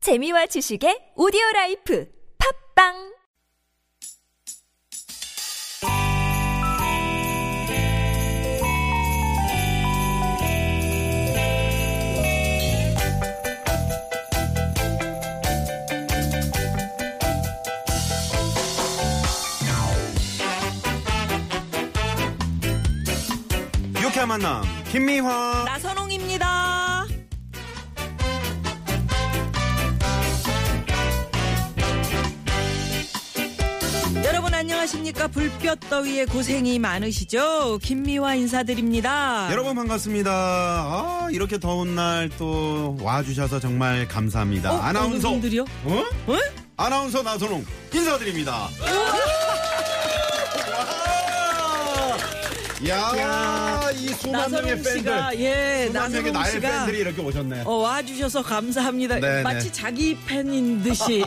재미와 지식의 오디오 라이프 팝빵 유쾌한 만남 김미화 나선홍입니다. 여러분 안녕하십니까? 불볕 더위에 고생이 많으시죠? 김미화 인사드립니다. 여러분 반갑습니다 아 이렇게 더운 날 또 와주셔서 정말 감사합니다 어, 아나운서 어느 분들이요? 어? 어? 아나운서 나선홍 인사드립니다 와! 야, 이 수만 명의 나선홍 씨가 팬들 예, 수만 명의 나선홍 나의 씨가 팬들이 이렇게 오셨네 어, 와주셔서 감사합니다. 네네. 마치 자기 팬인 듯이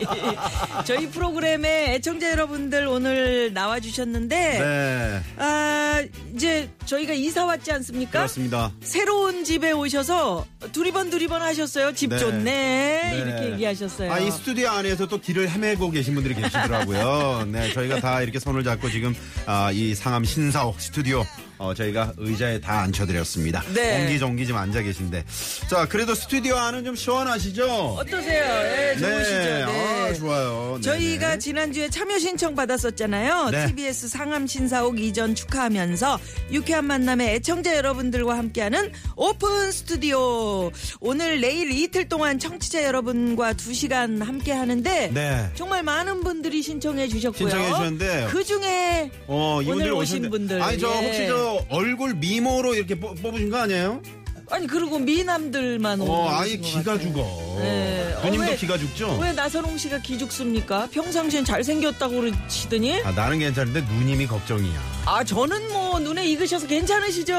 저희 프로그램에 애청자 여러분들 오늘 나와주셨는데 네 아, 이제 저희가 이사 왔지 않습니까? 그렇습니다 새로운 집에 오셔서 두리번 두리번 하셨어요. 집 네. 좋네 네. 이렇게 얘기하셨어요. 아, 이 스튜디오 안에서 또 길을 헤매고 계신 분들이 계시더라고요. 네, 저희가 다 이렇게 손을 잡고 지금 아, 이 상암 신사옥 스튜디오 어, 저희가 의자에 다 앉혀드렸습니다. 네. 옹기종기 좀 앉아 계신데. 자, 그래도 스튜디오 안은 좀 시원하시죠? 어떠세요? 예, 좋으시죠? 아, 네. 좋아요. 네네. 저희가 지난주에 참여 신청 받았었잖아요. 네. TBS 상암 신사옥 이전 축하하면서 유쾌한 만남의 애청자 여러분들과 함께하는 오픈 스튜디오. 오늘 내일 이틀 동안 청취자 여러분과 두 시간 함께하는데 네. 정말 많은 분들이 신청해 주셨고요. 신청해 주셨는데. 그 중에 어, 이분들 오늘 오신 오셨는데- 분들, 아니, 저 예. 혹시 저 얼굴 미모로 이렇게 뽑- 뽑으신 거 아니에요? 아니 그리고 미남들만 오는 어, 아예 것 기가 같아요. 죽어. 네. 어, 누님도 왜- 기가 죽죠? 왜 나선홍 씨가 기죽습니까? 평상시엔 잘생겼다고 그러시더니 아, 나는 괜찮은데 누님이 걱정이야. 아 저는 뭐 눈에 익으셔서 괜찮으시죠?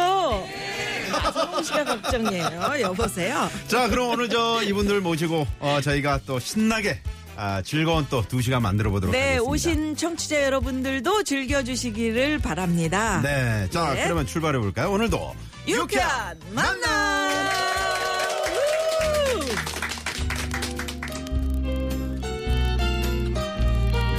나선홍 씨가 걱정이에요. 여보세요. 자, 그럼 오늘 저 이분들 모시고 어, 저희가 또 신나게 아, 즐거운 또 두 시간 만들어 보도록 네 하겠습니다. 오신 청취자 여러분들도 즐겨주시기를 바랍니다. 네, 자 네. 그러면 출발해 볼까요? 오늘도 유쾌한 만남. 우!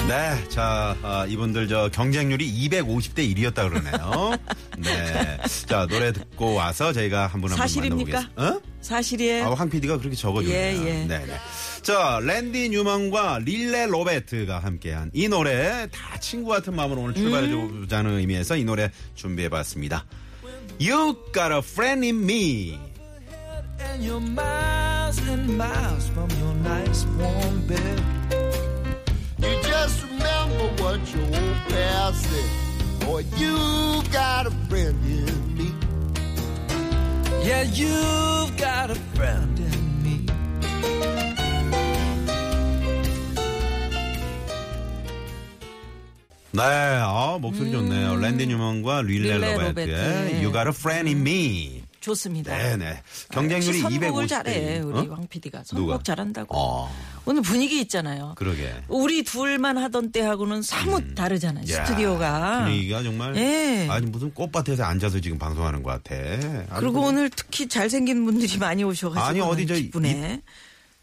네, 자 아, 이분들 저 경쟁률이 250대 1이었다 그러네요. 네, 자 노래 듣고 와서 저희가 한 분 한 분 사실입니까? 만나보겠습니다. 어? 사실이에요. 아, 황 PD가 그렇게 적어주네요. 예, 예. 네, 네. 자, 랜디 뉴먼과 릴레 로베트가 함께한 이 노래 다 친구 같은 마음으로 오늘 출발해보자는 의미에서 이 노래 준비해봤습니다. You got a friend in me. And you're miles and miles from your nice warm bed. You just remember what your old pal said. Boy, you got a friend in me. Yeah, you've got a friend in me. 네, 아, 목소리 좋네요. 랜디 뉴먼과 릴레, 음. 릴레 로베트의 로베트. You got a friend in me. 좋습니다. 네네. 경쟁률이 역시 250대. 선곡을 잘해 우리 어? 황 PD가 선곡 누가? 잘한다고. 어, 오늘 분위기 있잖아요. 그러게. 우리 둘만 하던 때하고는 사뭇 다르잖아요. 음. 야, 스튜디오가. 분위기가 정말. 예. 아니, 무슨 꽃밭에서 앉아서 지금 방송하는 것 같아. 뭐 아주 그리고 오늘 특히 잘생긴 분들이 많이 오셔가지고 아니, 어디 저 기쁘네.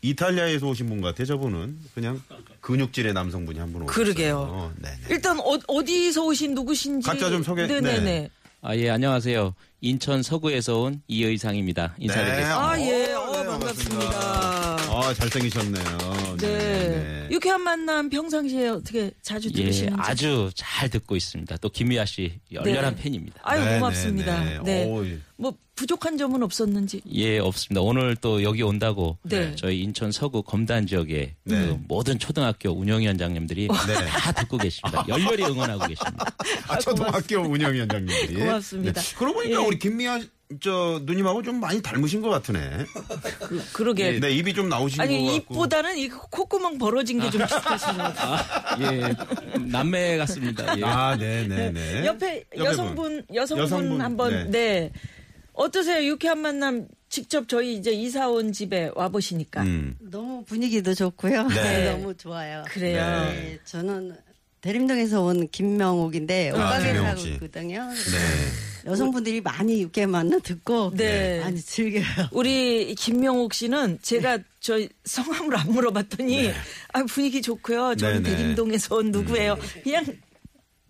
이탈리아에서 오신 분 같아 저분은 그냥 근육질의 남성분이 한 분 오셨어요. 그러게요. 네네. 일단 어, 디서 오신 누구신지 각자 좀 소개- 네네네. 네. 아, 예, 안녕하세요. 인천 서구에서 온 이의상입니다. 인사드리겠습니다. 아 어, 예, 네, 어, 반갑습니다. 아 잘생기셨네요. 네. 유쾌한 만남 평상시에 어떻게 자주 예, 들으시는지. 아주 잘 듣고 있습니다. 또 김미아 씨 열렬한 팬입니다. 아유 네, 고맙습니다. 네, 네, 네. 오, 예. 뭐 부족한 점은 없었는지. 예, 없습니다. 오늘 또 여기 온다고 네. 저희 인천 서구 검단 지역의 네. 그 모든 초등학교 운영위원장님들이 네. 다 듣고 계십니다. 열렬히 응원하고 계십니다. 아, 초등학교 운영위원장님들이. 네. 고맙습니다. 그러고 보니까 예. 우리 김미아 저 누님하고 좀 많이 닮으신 것 같으네. 그, 그러게. 네 입이 좀 나오신 아니 것 같고. 입보다는 이 콧구멍 벌어진 게 좀 비슷하신 것 같아요. 예, 남매 같습니다. 예. 아 네네네. 옆에, 여성분 여성분, 여성분, 한번 네. 어떠세요? 유쾌한 만남 직접 저희 이제 이사 온 집에 와 보시니까 음. 너무 분위기도 네. 좋고요. 너무 좋아요. 그래요. 네. 네, 저는 대림동에서 온 김명옥인데 아, 옷가게를 김명옥 하고 씨. 있거든요. 네. 여성분들이 많이 육개만나 듣고 네. 많이 즐겨요. 우리 김명옥 씨는 네. 제가 저 성함을 안 물어봤더니 아, 분위기 좋고요. 저는 네, 네. 대림동에서 온 누구예요. 그냥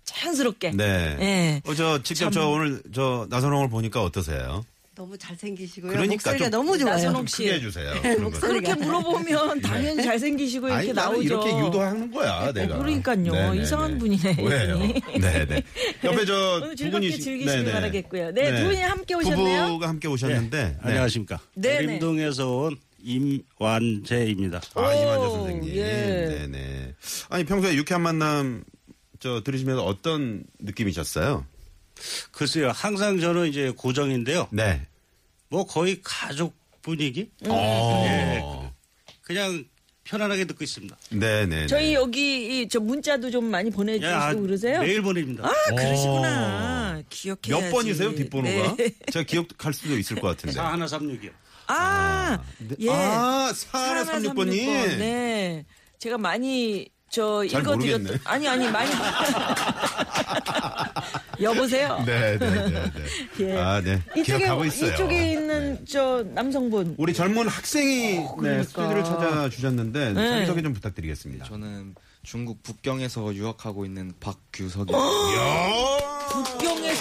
자연스럽게. 네. 예. 어, 저 직접 참- 저 오늘 저 나선홍을 보니까 어떠세요? 너무 잘생기시고요. 그러니까 목소리가 좀- 너무 좋아요. 나선홍 좀 혹시- 크게 해주세요. 그런 거. 그렇게 물어보면 당연히 잘생기시고 이렇게 네. 아니, 나는 나오죠. 예, 이렇게 유도하는 거야, 내가. 네, 그러니까요. 이상한 분이네, 왜요? 이분이. 네네. 옆에 저 오늘 두 즐겁게 분이 즐기시길 바라겠고요. 네, 두 분이 함께 오셨네요. 부부가 함께 오셨는데. 네. 안녕하십니까. 네네. 대림동에서 온 임완재입니다. 아, 이만재 오, 선생님. 예. 네네. 아니, 평소에 유쾌한 만남 저 들으시면서 어떤 느낌이셨어요? 글쎄요, 항상 저는 이제 고정인데요. 네. 뭐 거의 가족 분위기? 음. 어. 그냥 편안하게 듣고 있습니다. 네네. 아, 저희 여기 이 저 문자도 좀 많이 보내주시고 야, 그러세요? 매일 보냅니다. 아 그러시구나. 기억해. 어. 몇 번이세요, 뒷번호가? 네. 제가 기억할 수도 있을 것 같은데. 4136이요. 아, 예. 아, 사랑하는 4136번님. 삼육번. 네. 제가 많이 저 잘 모르겠네. 읽어드렸던 아니 아니 많이 여보세요. 네, 네, 네. 네. 예. 아, 네. 이쪽에 기억하고 있어요. 네. 이쪽에 있는 저 남성분 우리 젊은 학생이 네, 스튜디오를 찾아주셨는데 그러니까. 네. 네. 소개 좀 부탁드리겠습니다. 저는 중국 북경에서 유학하고 있는 박규석이 어.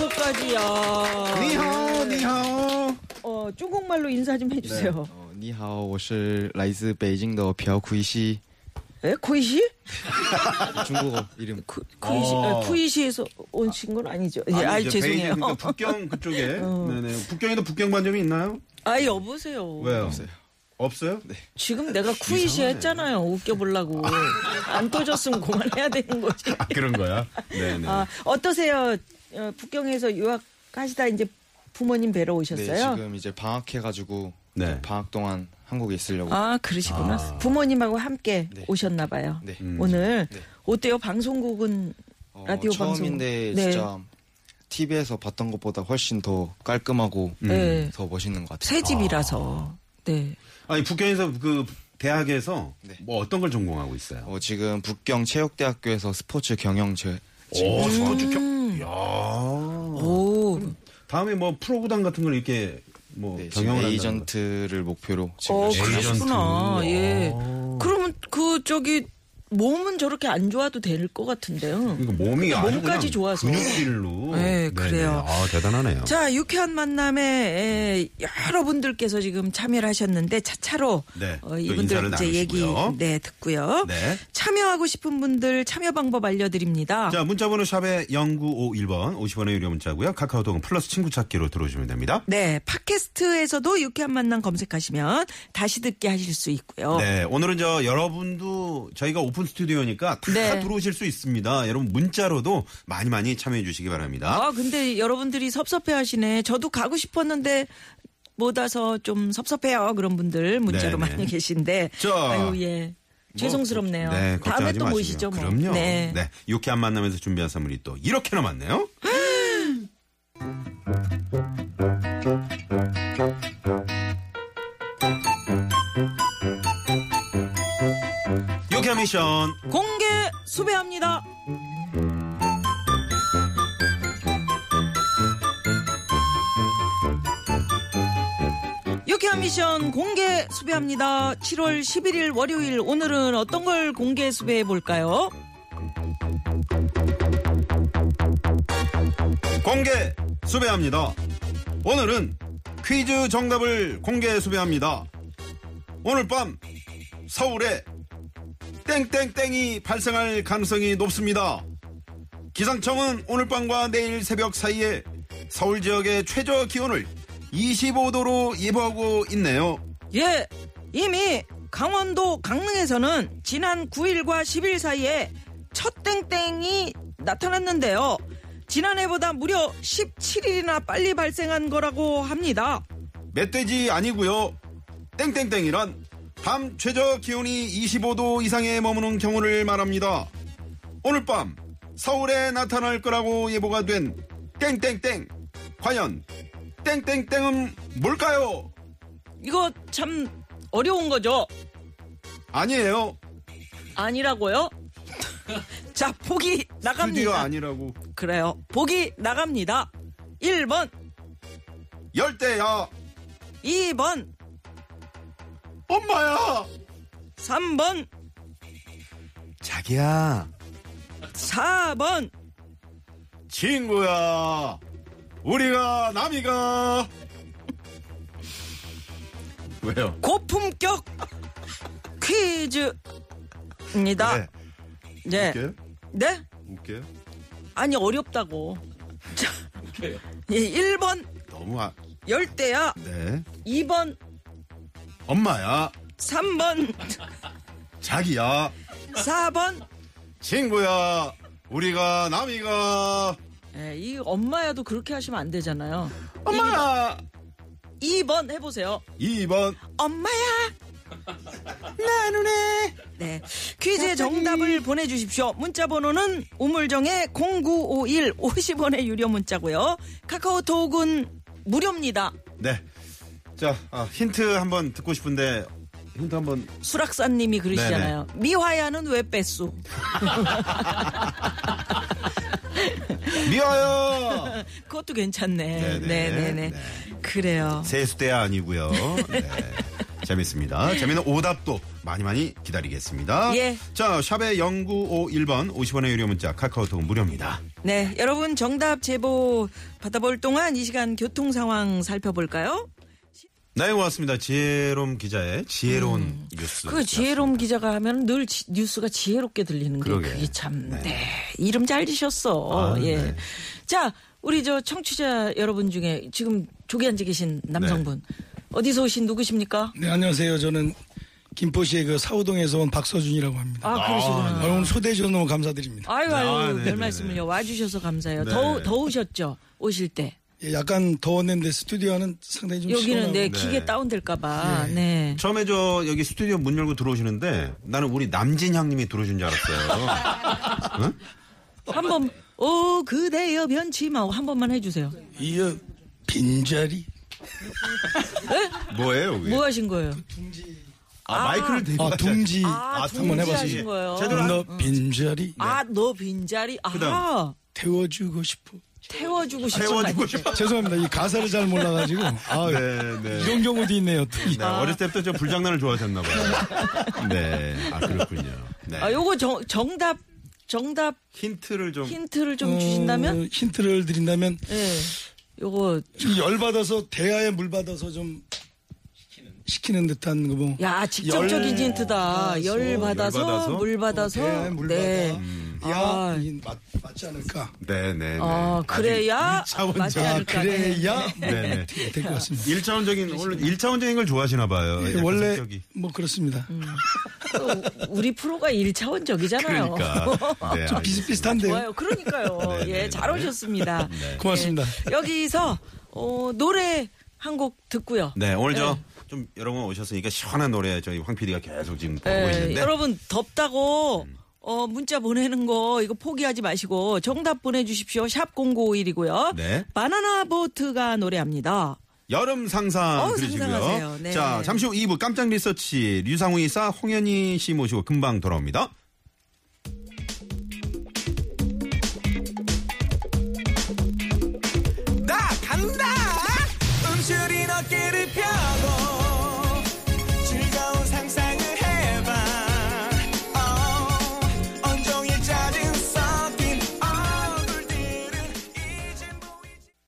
북경에서까지야. 니하오, 니하오. 어 중국말로 인사 좀 해주세요. 어, 你好，我是来自北京的朴奎熙。 네. 에 코이시? 중국어 이름. 쿠- 쿠이시 어. 아, 쿠이시에서 오신 건 아니죠? 예, 아니, 아 이제 죄송해요. 어. 베이징, 그러니까 북경 그쪽에. 네네. 북경에도 북경 반점이 있나요? 아 여보세요. 왜요? 네. 없어요. 지금 내가 쿠이시 했잖아요. 웃겨보려고 안 떠졌으면 그만해야 되는 거지. 아, 그런 거야? 네네. 아, 어떠세요? 어, 북경에서 유학하시다 이제 부모님 뵈러 네, 오셨어요? 지금 이제 방학해가지고 네. 이제 방학 동안 한국에 있으려고. 아 그러시구나. 부모님하고 함께 네. 오셨나 봐요. 네. 오늘 네. 어때요? 방송국은 어, 라디오 처음인데 방송. 네. 진짜 TV에서 봤던 것보다 훨씬 더 깔끔하고 네. 더 멋있는 것 같아요. 새 집이라서. 네. 아니, 북경에서 그 대학에서 네. 뭐 어떤 걸 전공하고 있어요? 어, 지금 북경 체육대학교에서 스포츠 경영제 오, 음. 저주경. 야 오. 다음에 뭐 프로구단 같은 걸 이렇게 뭐 네, 지금 경영을 한다는 에이전트를 목표로 지금 어. 어, 열심히 하고 그러시구나. 에이전트. 예. 그러면 그 저기 몸은 저렇게 안 좋아도 될 것 같은데요. 이거 몸이 아주 그러니까 몸까지 그냥 좋아서. 근육질로. 네, 그래요. 아 대단하네요. 자, 유쾌한 만남에 에, 여러분들께서 지금 참여를 하셨는데 차차로 네, 어, 또 이분들 인사를 이제 얘기 나누시고요. 네, 듣고요. 네. 참여하고 싶은 분들 참여 방법 알려드립니다. 자 문자번호 샵에 0951번 50원의 유료 문자고요. 카카오톡은 플러스 친구 찾기로 들어오시면 됩니다. 네, 팟캐스트에서도 유쾌한 만남 검색하시면 다시 듣게 하실 수 있고요. 네, 오늘은 저 여러분도 저희가 오픈 스튜디오니까 다 네. 들어오실 수 있습니다. 여러분 문자로도 많이 많이 참여해 주시기 바랍니다. 아, 근데 여러분들이 섭섭해 하시네. 저도 가고 싶었는데 못 와서 좀 섭섭해요. 그런 분들 문자로 네네. 많이 계신데. 자. 뭐, 아유, 예. 죄송스럽네요. 네, 다음에 걱정하지 또 마시고요. 모이시죠. 뭐. 그럼요. 네. 네. 유쾌한 만남에서 준비한 선물이 또 이렇게나 많네요. 유쾌한 미션. 공개 수배합니다. 유쾌한 미션 공개 수배합니다. 7월 11일 월요일 오늘은 어떤 걸 공개 수배해 볼까요? 공개 수배합니다. 오늘은 퀴즈 정답을 공개 수배합니다. 오늘 밤 서울에 땡땡땡이 발생할 가능성이 높습니다. 기상청은 오늘 밤과 내일 새벽 사이에 서울 지역의 최저 기온을 25도로 예보하고 있네요. 예, 이미 강원도 강릉에서는 지난 9일과 10일 사이에 첫 땡땡이 나타났는데요. 지난해보다 무려 17일이나 빨리 발생한 거라고 합니다. 멧돼지 아니고요. 땡땡땡이란 밤 최저 기온이 25도 이상에 머무는 경우를 말합니다. 오늘 밤 서울에 나타날 거라고 예보가 된 땡땡땡. 과연 땡땡땡은 뭘까요? 이거 참 어려운 거죠? 아니에요. 아니라고요? 자, 보기 드디어 나갑니다. 아니라고. 그래요. 보기 나갑니다. 1번, 열대야. 2번, 엄마야. 3번, 자기야. 4번. 친구야. 우리가 남이가. 왜요? 고품격 퀴즈입니다. 네. 네. 웃겨요? 네? 웃겨요? 아니, 어렵다고. 자, 예, 1번, 너무 아. 열대야. 네. 2번, 엄마야. 3번, 자기야. 4번. 친구야. 우리가 남이가. 예, 이 엄마야도 그렇게 하시면 안 되잖아요. 엄마야. 2번 해보세요. 2번. 엄마야. 나 눈에. 네. 퀴즈의 정답을 보내주십시오. 문자 번호는 우물정의 0951 50원의 유료 문자고요. 카카오톡은 무료입니다. 네. 자, 아, 힌트 한번 듣고 싶은데 힌트 한번 수락사님이 그러시잖아요. 미화야는 왜 뺐소? 미워요. 그것도 괜찮네. 네네. 네네네. 네. 그래요. 세수대야 아니고요. 네. 재밌습니다. 재밌는 오답도 많이 많이 기다리겠습니다. 예. 자, 샵의 0951번 50원의 유료 문자 카카오톡 무료입니다. 네, 여러분 정답 제보 받아볼 동안 이 시간 교통 상황 살펴볼까요? 네, 고맙습니다. 지혜롬 기자의 지혜로운 뉴스. 그 지혜로운 기자가 하면 늘 지- 뉴스가 지혜롭게 들리는 게 그러게. 그게 참, 네. 네. 이름 잘 지셨어. 아, 예. 네. 자, 우리 저 청취자 여러분 중에 지금 조기 앉아 계신 남성분. 네. 어디서 오신 누구십니까? 네, 안녕하세요. 저는 김포시의 그 사우동에서 온 박서준이라고 합니다. 아, 그러시구나. 아, 오늘 초대해 주셔서 너무 감사드립니다. 아유, 네. 아, 아유, 네네네. 별 말씀을요. 와주셔서 감사해요. 네. 더우, 더우셨죠? 오실 때. 예, 약간 더웠는데 스튜디오는 상당히 좀 여기는 네. 내 음, 시원하고. 예. 기계 네. 다운될까봐. 네. 처음에 저 여기 스튜디오 문 열고 들어오시는데 나는 우리 남진향님이 들어오신 줄 알았어요. 한번 오 그대여 변치 마오 한 번만 해주세요. 이어 빈자리 뭐예요, 여기? 뭐 하신 거예요? 아, 마이크를 대고 아 둥지 아. 아, 한번 둥지 해봤어요. 하신 거예요. 제대로 한- 너 빈자리 아 너 빈자리 아 그다음. 태워주고 싶어. 태워주고 싶어. 세워주고 싶어. 아, 죄송합니다. 이 가사를 잘 몰라가지고 아, 네, 네. 이런 경우도 있네요. 또. 아, 네, 어렸을 때부터 저 불장난을 좋아하셨나 봐요. 네, 아 그렇군요. 네. 아 요거 정, 정답 정답 힌트를 좀 힌트를 좀 어, 주신다면 힌트를 드린다면 예 요거 좀 열받아서 대야에 물 받아서 좀 시키는 듯한 그 뭐. 야 직접적인 힌트다 열 받아서, 받아서? 물 받아서 어, 대야에 물 네. 받아. 아. 야, 이게 맞, 맞지 않을까? 네, 네, 네. 어 그래야 차원적- 맞지 아, 않을까. 네. 그래야 네, 네. 될 것 같습니다. 일차원적인 원래 일차원적인 걸 좋아하시나 봐요. 약간 네, 원래 성격이. 뭐 그렇습니다. 또 우리 프로가 일차원적이잖아요 그러니까 네, 좀 비슷비슷한데요. 좋아요. 그러니까요. 네, 네, 예, 잘 오셨습니다. 고맙습니다. 예, 여기서 어, 노래 한 곡 듣고요. 네, 오늘 저 좀 여러분 오셨으니까 시원한 노래 저희 황 PD가 계속 지금 보고 예, 뭐 있는데 음. 여러분 덥다고 어, 문자 보내는 거 이거 포기하지 마시고 정답 보내주십시오. 샵 0951이고요. 네. 바나나 보트가 노래합니다. 여름 상상 어우, 들으시고요. 상상하세요. 네. 자, 잠시 후 2부 깜짝 리서치 류상우 이사 홍현희 씨 모시고 금방 돌아옵니다.